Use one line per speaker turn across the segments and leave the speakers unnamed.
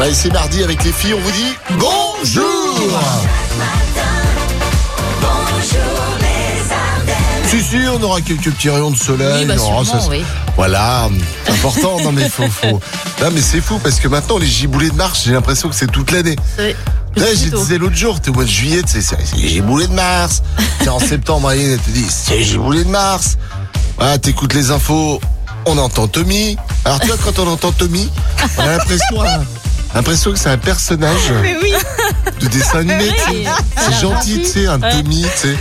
Allez, c'est mardi avec les filles, on vous dit bonjour Si, si, on aura quelques petits rayons de soleil.
Oui, bah,
on aura
sûrement, oui.
Voilà, c'est important. non, mais faut, faut. Non, mais c'est fou parce que maintenant, les giboulées de mars, j'ai l'impression que c'est toute l'année.
Oui.
Là,
Plus
je
tôt.
disais l'autre jour, t'es au mois de juillet, c'est c'est- c'est les giboulées de mars. T'es en septembre, Aline, elle te dit, c'est les giboulées de mars. Voilà, t'écoutes les infos, on entend Tommy. Alors, tu vois, quand on entend Tommy, on a l'impression hein, l'impression que c'est un personnage
Mais oui,
de dessin animé. tu sais.
Oui.
C'est gentil, tu sais, un Tommy, tu sais.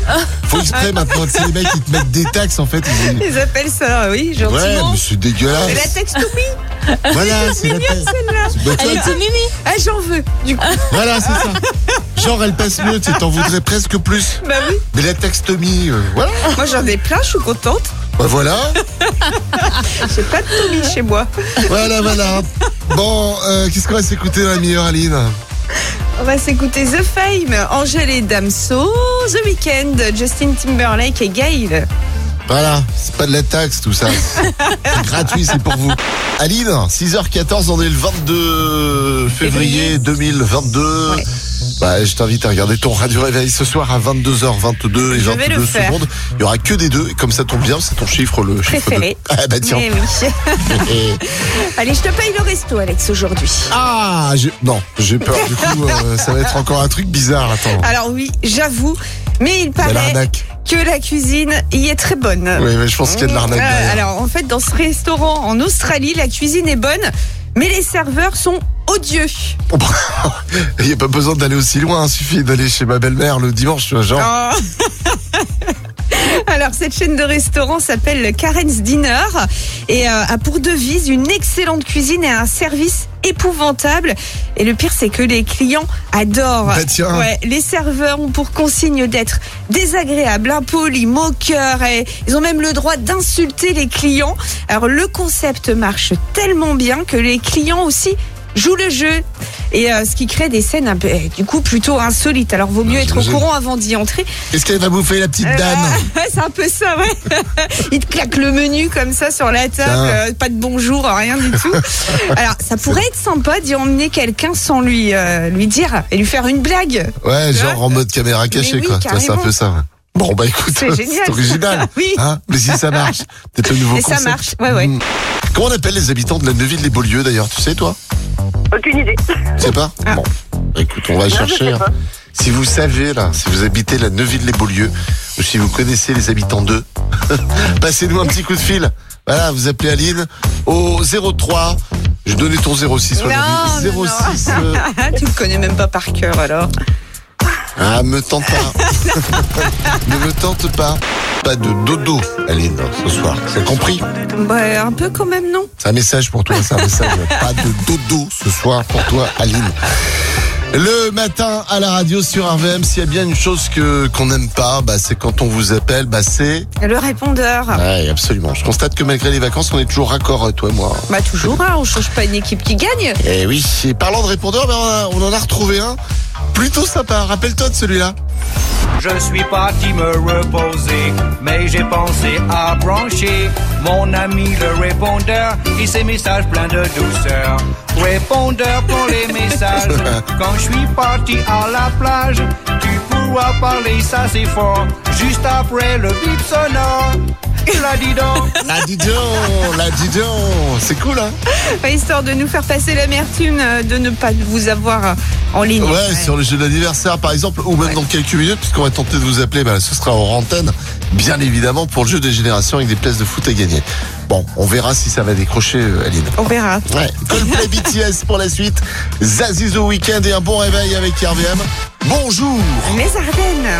Faut exprès maintenant, tu sais, les mecs, ils te mettent des taxes, en fait. ils-
ils appellent ça, oui,
Ouais,
gentiment.
mais c'est
C'est la
dégueulasse.
texte oui,
Voilà, c'est la taxe.
celle-là.
Bah, tu vois,
Elle est tout oh, mimi.
Ah, j'en veux. Du coup,
Voilà, c'est ça. Genre, elle passe mieux, tu sais, t'en voudrais presque plus.
bah oui.
Mais la taxe Tommy, euh, voilà.
Moi, j'en ai plein, je suis contente.
Bah, voilà.
J'ai pas de Tommy chez moi.
Voilà, voilà. Bon, euh, qu'est-ce qu'on va s'écouter dans la meilleure, Aline
On va s'écouter The Fame, Angèle et Damso, The Weeknd, Justin Timberlake et Gail.
Voilà, c'est pas de la taxe tout ça. C'est gratuit, c'est pour vous. Aline, 6h14, on est le 22 février 2022.
Ouais.
Bah, je t'invite à regarder ton radio réveil ce soir à 22h22 et
Je vais
22
le faire.
secondes. Il y aura que des deux, et comme ça tombe bien, c'est ton chiffre le chiffre
Préféré.
deux. Ah bah tiens.
Mais oui. Allez, je te paye le resto, Alex, aujourd'hui.
ah, j'ai- non, j'ai peur. Du coup, euh, ça va être encore un truc bizarre. Attends,
Alors oui, j'avoue, mais il
il y a
paraît
l'arnaque.
que la cuisine y est très bonne.
Ah Oui, mais je pense qu'il y a de l'arnaque.
Euh,
derrière.
alors en fait, dans ce restaurant en Australie, la cuisine est bonne, mais les serveurs sont odieux.
Il n'y a pas besoin d'aller aussi loin, il suffit d'aller chez ma belle-mère le dimanche, tu vois, genre.
Oh. Alors cette chaîne de restaurants s'appelle Karen's Dinner et euh, a pour devise une excellente cuisine et un service épouvantable. Et le pire c'est que les clients adorent.
Bah tiens.
Ouais, les serveurs ont pour consigne d'être désagréables, impolis, moqueurs et ils ont même le droit d'insulter les clients. Alors le concept marche tellement bien que les clients aussi jouent le jeu. Et euh, ce qui crée des scènes un peu, eh, du coup plutôt insolites. Alors vaut mieux être au
j'imagine.
courant avant d'y entrer.
Qu'est-ce qu'elle va bouffer, la petite
Euh,
dame
ouais, c'est un peu ça, ouais. Il te claque le menu comme ça sur la table,
Putain.
euh, pas de bonjour, rien du tout. Alors, ça pourrait être sympa d'y emmener quelqu'un sans lui, euh, lui dire et lui faire une blague.
Ouais,
tu
genre
vois
en mode caméra cachée,
Mais oui,
quoi. Tu vois, C'est un
carrément.
peu ça. ouais. Bon, bah écoute,
C'est génial.
original.
Oui.
Hein Mais si ça marche, peut-être le nouveau
Et ça
concept.
marche, ouais, ouais.
Mm. Comment on appelle les habitants de la Neuville-les-Beaulieu, d'ailleurs Tu sais, toi
Aucune idée.
Tu sais pas Bon, écoute, on va
Ah. je
chercher.
sais
hein.
pas.
Si vous savez, là, si vous habitez la Neuville-les-Beaulieu, ou si vous connaissez les habitants d'eux, passez-nous un petit coup de fil. Voilà, vous appelez Aline au 03. Je donnais ton 06 sur la
mais
ville. 06. euh,
tu le connais même pas par cœur alors.
Ah, me tente pas. ne me tente pas. Pas de dodo, Aline, ce soir. C'est compris
Bah, un peu quand même, non
C'est un message pour toi, c'est un message. Pas de dodo ce soir pour toi, Aline. Le matin à la radio sur RVM, s'il y a bien une chose que qu'on n'aime pas, bah, c'est quand on vous appelle, bah, c'est.
Le répondeur.
Ouais, absolument. Je constate que malgré les vacances, on est toujours raccord, euh, toi et moi.
Bah, toujours, hein, on change pas une équipe qui gagne.
Eh oui. Et parlant de répondeur, bah, on, a- on en a retrouvé un plutôt sympa. Rappelle-toi de celui-là.
Je suis parti me reposer, mais j'ai pensé à brancher mon ami le répondeur et ses messages pleins de douceur. Répondeur pour les messages. Quand je suis parti à la plage, tu pourras parler, ça c'est fort. Juste après le bip sonore, il a dit donc.
La Ah, dis donc, la dis donc. C'est cool, hein?
Pas histoire de nous faire passer l'amertume, euh, de ne pas vous avoir euh, en ligne.
Ouais,
Ouais.
sur le jeu d'anniversaire par exemple, ou même dans quelques minutes, puisqu'on va tenter de vous appeler, bah, ce sera en antenne, bien évidemment, pour le jeu des générations avec des places de foot à gagner. Bon, on verra si ça va décrocher, euh, Aline.
On verra.
Ouais. Coldplay BTS pour la suite, Zazie The Weekend et un bon réveil avec RVM. Bonjour
Les Ardennes.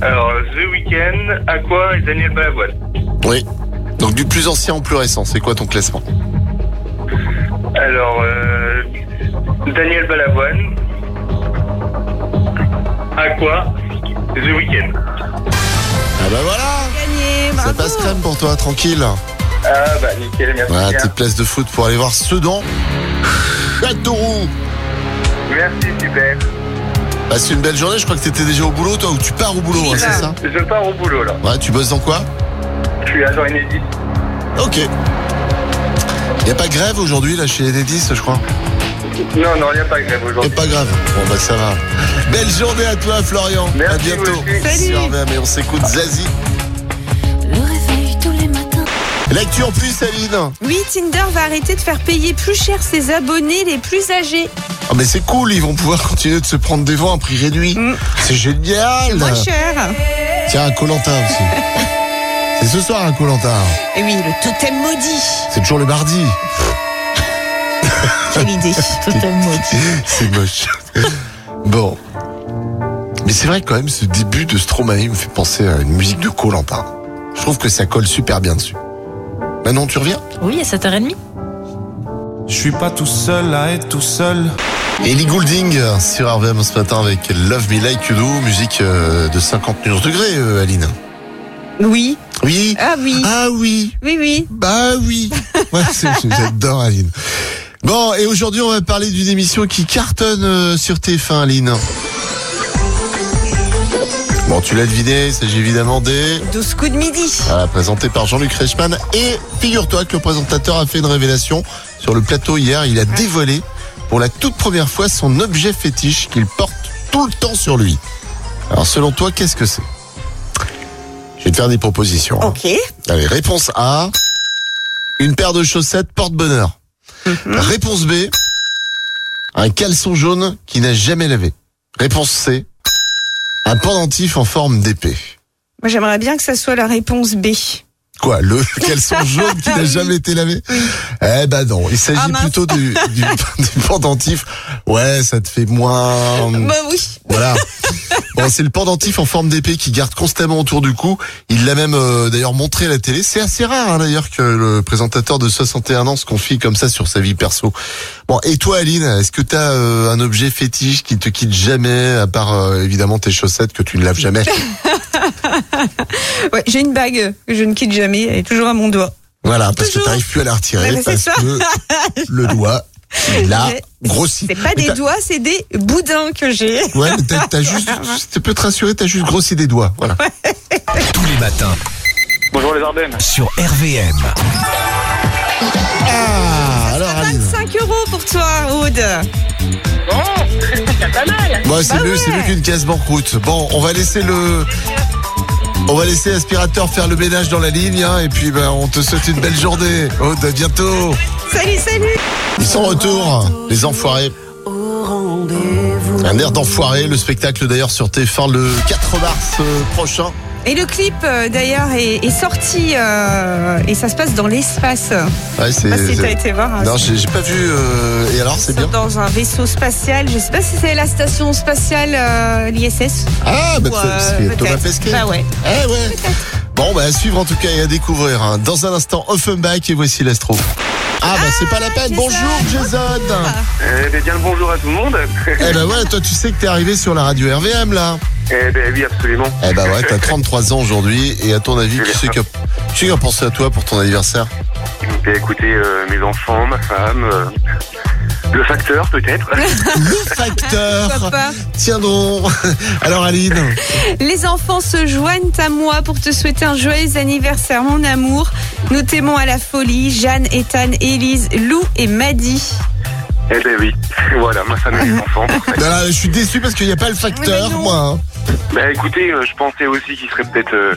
Alors, euh, The Weeknd, Aqua et Daniel Balavoine.
Oui. Donc du plus ancien au plus récent, c'est quoi ton classement
Alors, euh, Daniel Balavoine, Aqua, The Weeknd.
Ah bah voilà
Gagné,
Ça
bravo.
passe crème pour toi, tranquille.
Ah bah nickel, merci.
Voilà, tes
hein.
places de foot pour aller voir Sedan. Châteauroux
Merci, super.
Passe une belle journée, je crois que t'étais déjà au boulot, toi, ou tu pars au boulot, hein,
J'y
c'est
vais.
ça
Je pars au boulot là.
Ouais, tu bosses dans quoi
Je suis agent inédit.
Ok. Il a pas grève aujourd'hui là chez Enedis, je crois.
Non, non, il n'y a pas de grève
C'est
aujourd'hui.
pas grave. Bon, bah ça va. Belle journée à toi, Florian.
Merci,
à bientôt.
vous aussi.
Salut.
Sur VM, et on s'écoute Zazie.
Le réveil tous les matins.
L'actu en plus, Aline.
Oui, Tinder va arrêter de faire payer plus cher ses abonnés les plus âgés.
Ah, mais c'est cool, ils vont pouvoir continuer de se prendre des vents à prix réduit.
Mm.
C'est génial.
Moins cher.
Tiens, un Colanta aussi. C'est ce soir, un Colanta.
Et oui, le totem maudit.
C'est toujours le mardi.
Quelle idée.
C'est moche. bon. Mais c'est vrai quand même, ce début de Stromae me fait penser à une musique de Colanta. Je trouve que ça colle super bien dessus. Maintenant, tu reviens
Oui, à 7h30.
Je suis pas tout seul à être tout seul.
Ellie Goulding sur RVM ce matin avec Love Me Like You Do, musique euh, de 50 nuances degrés, euh, Aline.
Oui.
Oui.
Ah oui.
Ah oui.
Oui, oui.
Bah oui. Ouais, c'est- J'adore Aline. Bon, et aujourd'hui, on va parler d'une émission qui cartonne euh, sur TF1, Aline. Bon, tu l'as deviné, il s'agit évidemment des...
12 coups de midi.
Voilà, présenté par Jean-Luc Reichmann. Et figure-toi que le présentateur a fait une révélation sur le plateau hier. Il a dévoilé pour la toute première fois son objet fétiche qu'il porte tout le temps sur lui. Alors selon toi, qu'est-ce que c'est Je vais te faire des propositions. hein.
Ok.
Allez, réponse A. Une paire de chaussettes porte-bonheur.
Mhm.
Réponse B. Un caleçon jaune qui n'a jamais lavé. Réponse C. Un pendentif en forme d'épée.
Moi, j'aimerais bien que ça soit la réponse B.
Quoi, le caleçon jaune qui n'a jamais été lavé Eh ben non, il s'agit
Ah, mince.
plutôt du, du, du pendentif. Ouais, ça te fait moins...
Bah oui.
Voilà. Bon, c'est le pendentif en forme d'épée qui garde constamment autour du cou. Il l'a même euh, d'ailleurs montré à la télé. C'est assez rare hein, d'ailleurs que le présentateur de 61 ans se confie comme ça sur sa vie perso. Bon, et toi Aline, est-ce que t'as euh, un objet fétiche qui te quitte jamais, à part euh, évidemment tes chaussettes que tu ne laves jamais
Ouais, j'ai une bague que je ne quitte jamais. Elle est toujours à mon doigt.
Voilà, parce que
Toujours.
t'arrives plus à la retirer
Ouais, mais
parce
c'est ça.
que le doigt, il a
Mais
grossi.
C'est pas
Mais
des
t'as-
doigts, c'est des boudins que j'ai.
Ouais, mais t'as t'as juste, tu peux te rassurer, t'as juste grossi des doigts. Voilà.
Tous les matins
Bonjour les Ardennes.
sur RVM.
Ah, alors Aline.
5 euros pour toi, Aude.
Ouais, c'est
Bah
mieux,
ouais.
c'est mieux qu'une caisse banqueroute. Bon, on va laisser le. On va laisser l'aspirateur faire le ménage dans la ligne, hein, et puis ben, on te souhaite une belle journée. Aude, à bientôt.
Salut, salut.
Ils sont en retour, hein, les enfoirés. Un air d'enfoiré, le spectacle d'ailleurs sur TF1 le 4 mars euh, prochain.
Et le clip, euh, d'ailleurs, est, est sorti euh, et ça se passe dans l'espace.
Ouais, c'est.
Je sais pas si
c'est-
t'as été voir. hein,
Non, j'ai j'ai pas vu. euh, Et alors,
ça
c'est
sort
bien.
dans un vaisseau spatial. Je sais pas si c'est la station spatiale euh, l'ISS.
Ah, bah,
ou,
c'est-
euh,
c'est Thomas
peut-être.
Pesquet.
Bah ouais.
Eh ouais. Bon, bah, à suivre en tout cas et à découvrir. hein. Dans un instant, Offenbach et voici l'astro. Ah, bah, c'est pas la peine.
Jason.
Bonjour, Jason.
Eh ben, bien le bonjour à tout le monde.
Eh bah, ouais, toi, tu sais que t'es arrivé sur la radio RVM, là.
Eh ben oui, absolument.
Eh bah, ouais, t'as 33 ans aujourd'hui. Et à ton avis, qui c'est qui a, qui a pensé à toi pour ton anniversaire
Eh, écoutez, euh, mes enfants, ma femme, euh, le facteur peut-être.
Le
Pourquoi
Oh.
facteur.
pas
Tiens donc. Alors, Aline.
Les enfants se joignent à moi pour te souhaiter un joyeux anniversaire, mon amour. Nous t'aimons à la folie, Jeanne, Ethan, Élise, Lou et Maddy.
Eh ben oui, voilà, ma femme et mes enfants.
Non, bah là, je suis déçu parce qu'il n'y a pas le facteur,
non.
moi. hein.
Bah écoutez, euh, je pensais aussi qu'ils seraient peut-être euh,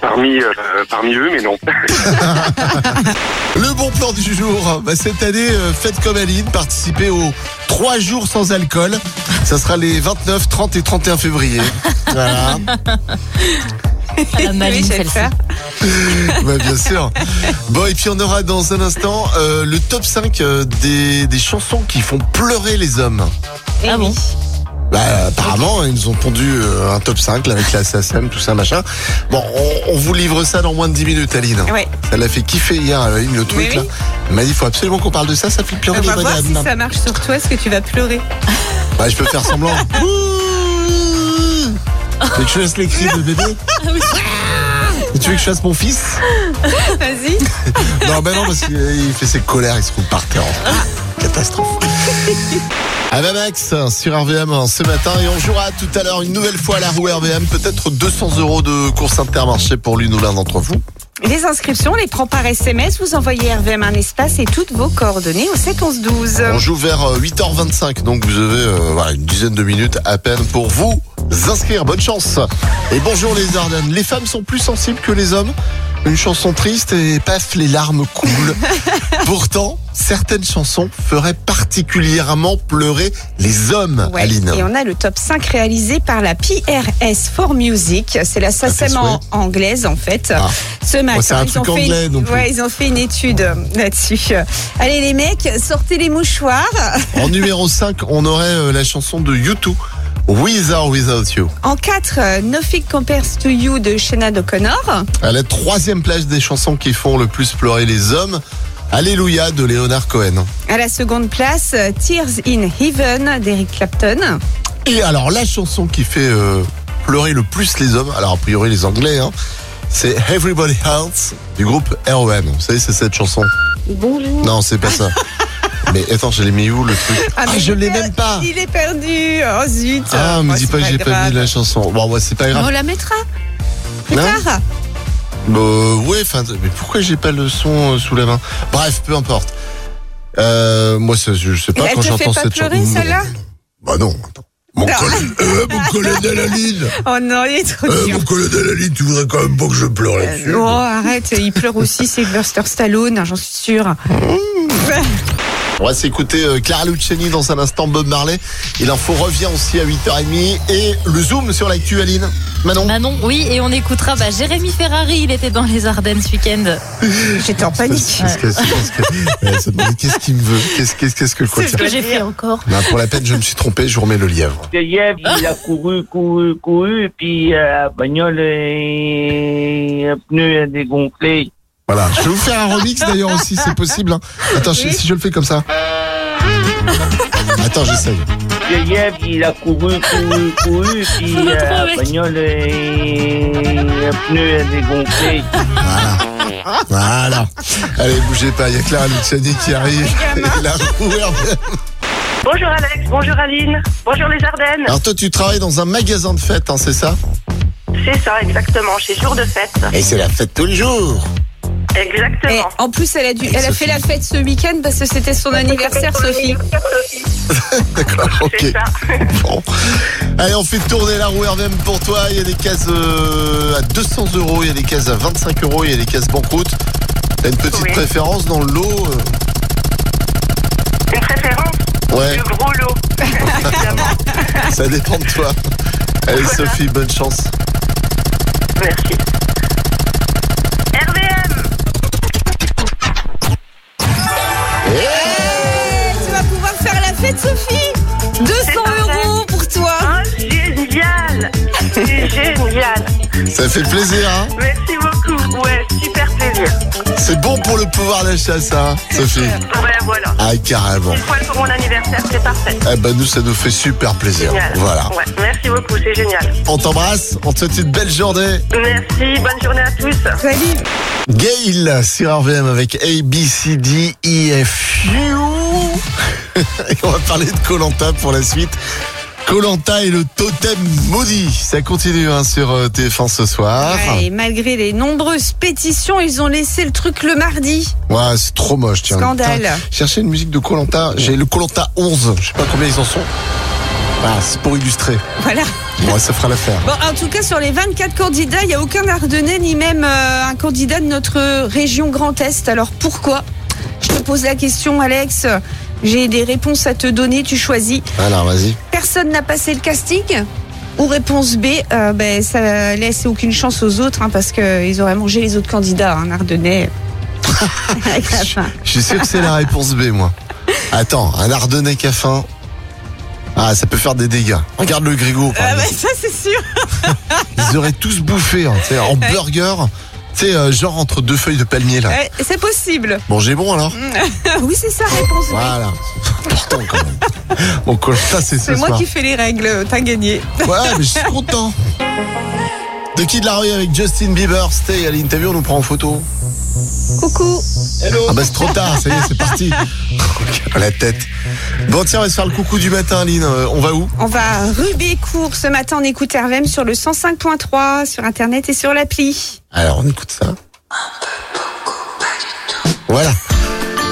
parmi, euh, parmi eux, mais non.
Le bon plan du jour, bah, cette année, euh, faites comme Aline, participez aux 3 jours sans alcool. Ça sera les 29, 30 et 31 février. Voilà,
À la maline,
Oui, je vais le
celle-ci.
faire.
Bah, bien sûr. Bon, et puis on aura dans un instant euh, le top 5 euh, des, des chansons qui font pleurer les hommes.
Eh
Ah bon
oui.
Bah, apparemment, ils nous ont pondu euh, un top 5 là, avec la SACEM, tout ça, machin. Bon, on, on vous livre ça dans moins de 10 minutes, Aline.
Ouais.
Ça l'a fait kiffer hier, Aline, le truc
oui.
là. Elle m'a dit, il faut absolument qu'on parle de ça, ça fait pleurer
On
les
va voir si
madames.
ça marche sur toi, est-ce que tu vas pleurer
Bah, je peux faire semblant. Tu veux que je fasse les cris de bébé
Ah
Et Tu veux que je fasse mon fils
Vas-y.
Non, ben non, parce qu'il fait ses colères, il se roule par terre. en fait. Catastrophe. Ava Max sur RVM hein, ce matin et on jouera tout à l'heure une nouvelle fois à la roue RVM, peut-être 200 euros de course intermarché pour l'une ou l'un d'entre vous.
Les inscriptions, on les prend par SMS. Vous envoyez RVM un espace et toutes vos coordonnées au 7 11 12.
On joue vers euh, 8h25, donc vous avez euh, voilà, une dizaine de minutes à peine pour vous inscrire. Bonne chance. Et bonjour les Ardennes. Les femmes sont plus sensibles que les hommes. Une chanson triste et paf, les larmes coulent. Pourtant, certaines chansons feraient particulièrement pleurer les hommes,
Ouais,
Aline.
Et on a le top 5 réalisé par la PRS for Music. C'est la SACEM en-
souhait.
anglaise, en fait.
Ah.
Ce matin,
c'est un
ils,
truc
ont fait
anglais, non
une...
plus.
ouais, ils ont fait une étude euh, là-dessus. Euh, Allez, les mecs, sortez les mouchoirs.
En numéro 5, on aurait euh, la chanson de U2, With or Without You.
En 4, euh, Nothing Compares to You de Shannon O'Connor.
À la troisième place des chansons qui font le plus pleurer les hommes, Alléluia de Leonard Cohen.
À la seconde place, euh, Tears in Heaven d'Eric Clapton.
Et alors la chanson qui fait euh, pleurer le plus les hommes, alors a priori les Anglais, hein, c'est Everybody Hurts du groupe R.O.M. Vous savez, c'est cette chanson.
Bonjour.
Non, c'est pas ça. Mais attends, je l'ai mis où le truc Ah,
mais
je
il
l'ai
est
même
per-
pas
Il est perdu. Oh zut.
Ah,
Oh,
me dis
c'est
pas que j'ai pas
grave.
mis la chanson. Bon, ouais, c'est pas
On
grave.
la mettra plus
Ah. Non
tard.
Bah, ouais, enfin, mais pourquoi j'ai pas le son euh, sous la main Bref, peu importe. Euh, moi, ça, je sais pas
Elle
quand
te fait
j'entends
pas
cette
pleurer,
chanson.
celle-là
Bah non, attends. Mon,
Non.
collègue, euh, mon colonel Aline
Oh non, il est trop
euh,
dur.
Mon colonel Aline, tu voudrais quand même pas que je pleure là-dessus
Oh,
Euh,
arrête, il pleure aussi Sylvester Stallone, hein, j'en suis sûre.
On va s'écouter euh, Clara Luciani dans un instant, Bob Marley. Et l'info revient aussi à 8h30. Et le zoom sur l'actu, Aline. Manon
Manon, oui, et on écoutera bah, Jérémy Ferrari, il était dans les Ardennes ce week-end.
J'étais en panique.
Parce que- parce que- ouais, ça me dit, Qu'est-ce qu'il me veut Qu'est-ce qu'est-ce- qu'est-ce que le quoi
C'est ce que j'ai fait encore.
Pour la peine, je me suis trompé, je vous remets le lièvre.
Le lièvre, il a couru, couru, couru, et puis euh, la bagnole est... le pneu a dégonflé.
Voilà. Je vais vous faire un remix d'ailleurs aussi, c'est possible. hein. Attends, je- si je le fais comme ça. Attends, j'essaye.
Le lièvre, il a couru, couru, couru, et puis
Faut le
euh, la
trouver.
bagnole est... le pneu a dégonflé.
Voilà. Allez, bougez pas, il y a Clara Luciani qui arrive. Et la roue est-
Bonjour Alex, bonjour Aline, bonjour les Ardennes.
Alors toi, tu travailles dans un magasin de fête, hein, c'est ça
C'est ça, exactement, chez Jour de Fête.
Et c'est la fête tous les jours.
Et
Exactement.
en plus, elle a, dû, elle a fait la fête ce week-end parce que c'était son Eh, anniversaire, Sophie.
D'accord,
C'est
ok.
ça.
Bon. Allez, on fait tourner la roue RVM pour toi. Il y a des cases euh, à 200 euros, il y a des cases à 25 euros, il y a des cases banqueroute. T'as une petite
Oui.
préférence dans le lot euh,
Une préférence
Ouais,
Le gros lot. Évidemment.
ça dépend de toi. Allez,
Voilà.
Sophie, bonne chance.
Merci. RVM
Tu vas pouvoir faire la fête, Sophie 200
pas vrai.
euros pour toi
Oh, génial C'est génial
Ça fait plaisir, hein
Merci beaucoup. Ouais, super plaisir.
C'est bon pour le pouvoir d'achat, ça, hein, Sophie.
Ouais, voilà.
Ah, carrément.
Une fois pour mon anniversaire, c'est parfait.
Eh ben, nous, ça nous fait super plaisir.
Génial.
Voilà.
Ouais, merci beaucoup, c'est génial.
On t'embrasse, on te souhaite une belle journée.
Merci, bonne journée à tous.
Salut
Gail sur RVM avec ABCDEFU. E Et on va parler de Colanta pour la suite. Colanta et le totem maudit. Ça continue hein, sur euh, TF1 ce soir.
Ouais, Et malgré les nombreuses pétitions, ils ont laissé le truc le mardi.
Ouais, c'est trop moche, tiens.
Scandale.
Putain, cherchez une musique de Colanta. J'ai le Colanta 11. Je sais pas combien ils en sont. Ah, c'est pour illustrer.
Voilà.
Ouais, ça fera l'affaire.
Bon, en tout cas, sur les 24 candidats, il n'y a aucun Ardennais ni même euh, un candidat de notre région Grand Est. Alors pourquoi Je te pose la question, Alex. J'ai des réponses à te donner, tu choisis.
Alors, vas-y.
Personne n'a passé le casting Ou réponse B, euh, ben, ça laisse aucune chance aux autres hein, parce qu'ils auraient mangé les autres candidats, hein, un Ardennais. Avec la faim.
Je suis sûr que c'est la réponse B, moi. Attends, un Ardennais qui a faim. Ah, ça peut faire des dégâts. Regarde le Grégo, par
Ah
exemple.
ben, ça c'est sûr
Ils auraient tous bouffé, hein, tu sais, en burger. Tu sais, euh, genre entre deux feuilles de palmier, là.
Ouais, Eh, Mm. C'est possible
Bon, j'ai bon, alors
Oui c'est ça, réponse B
Voilà. C'est important, quand même. Bon, ça, c'est ce
C'est moi
soir.
qui fais les règles, t'as gagné
Ouais, mais je suis content. De qui de la rue avec Justin Bieber Stay à l'interview, on nous prend en photo.
Coucou
Ah bah c'est trop tard, ça y est, c'est parti. la tête. Bon tiens, on va se faire le coucou du matin, Aline. Euh, on va où
On va à Rubécourt ce matin, on écoute RVM sur le 105.3, sur internet et sur l'appli.
Alors on écoute ça. Voilà.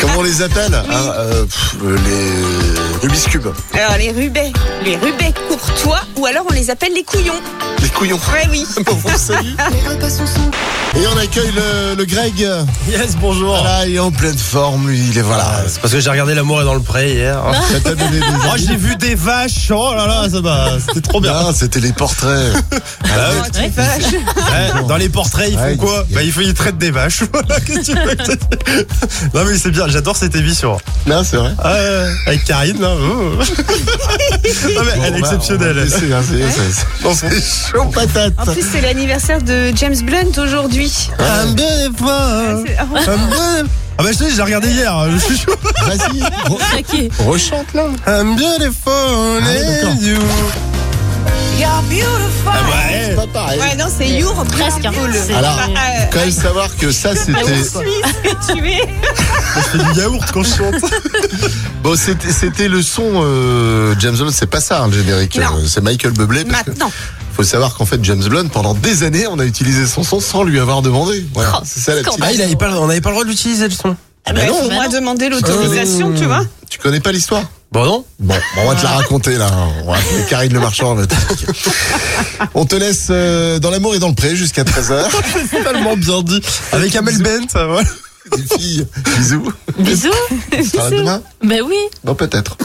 Comment on les appelle hein, euh, pff, euh, Les Rubik's Cube.
Alors les rubets, les rubets courtois ou alors on les appelle les couillons.
Les couillons.
Ouais oui.
Bon, on salue. Et on accueille le, le Greg.
Yes, bonjour.
Voilà, il est en pleine forme, lui. Il est voilà.
Ah, c'est parce que j'ai regardé L'amour est dans le pré hier.
Ça t'a donné des
Moi, j'ai vu des vaches. Oh là là, ça va. C'était trop bien.
Ah, c'était les portraits.
Ah,
Oh, tu vache.
ouais, dans les portraits, ils font
Ouais,
quoi
il y a-
Bah, il faut ils traitent des vaches. Voilà, qu'est-ce que tu veux que je te- Non, mais c'est bien. J'adore cette émission.
Non, c'est vrai.
Ah, ouais, avec Karine, là. oh. Non, mais
Bon,
elle est
on va- on va
exceptionnelle. Ah,
laisser, hein, c'est- c'est- c'est-
Dans son-
Chaud patate.
En plus c'est l'anniversaire de James Blunt aujourd'hui.
Un bébé, un
C'est- oh,
bébé. Ah bah je te dis, j'ai regardé hier, je suis chaud.
Vas-y, re-
Ok.
rechante là.
I'm beautiful
Ah, d'accord.
as you.
You're beautiful.
Ah bah, eh.
C'est pas pareil.
Ouais non c'est Your
Presque. hein. C'est-
Alors,
Bah, euh,
quand même savoir que ça
Ah
c'était
Suisse, tu
Ah
es.
bah
C'est du yaourt quand je chante.
bon c'était c'était le son euh, James Blunt c'est pas ça hein, le générique
Non.
Euh, c'est Michael Bublé parce que
Maintenant.
faut savoir qu'en fait James Blunt pendant des années on a utilisé son son sans lui avoir demandé voilà,
Oh,
c'est ça la petite
scandale. Ah, il avait pas
on n'avait pas le droit de l'utiliser le son.
Ah bah,
non.
faut moi demander l'autorisation, tu
hein
vois.
tu connais pas l'histoire
Bon non
bon bon, on va te la raconter là on va appeler Karine Le Marchand on va t'expliquer. on te laisse euh, dans l'amour et dans le pré jusqu'à 13h
Tellement bien dit. Avec Amel Bent, voilà.
les filles bisous
Bisous.
on se parle demain
Ben oui.
non peut-être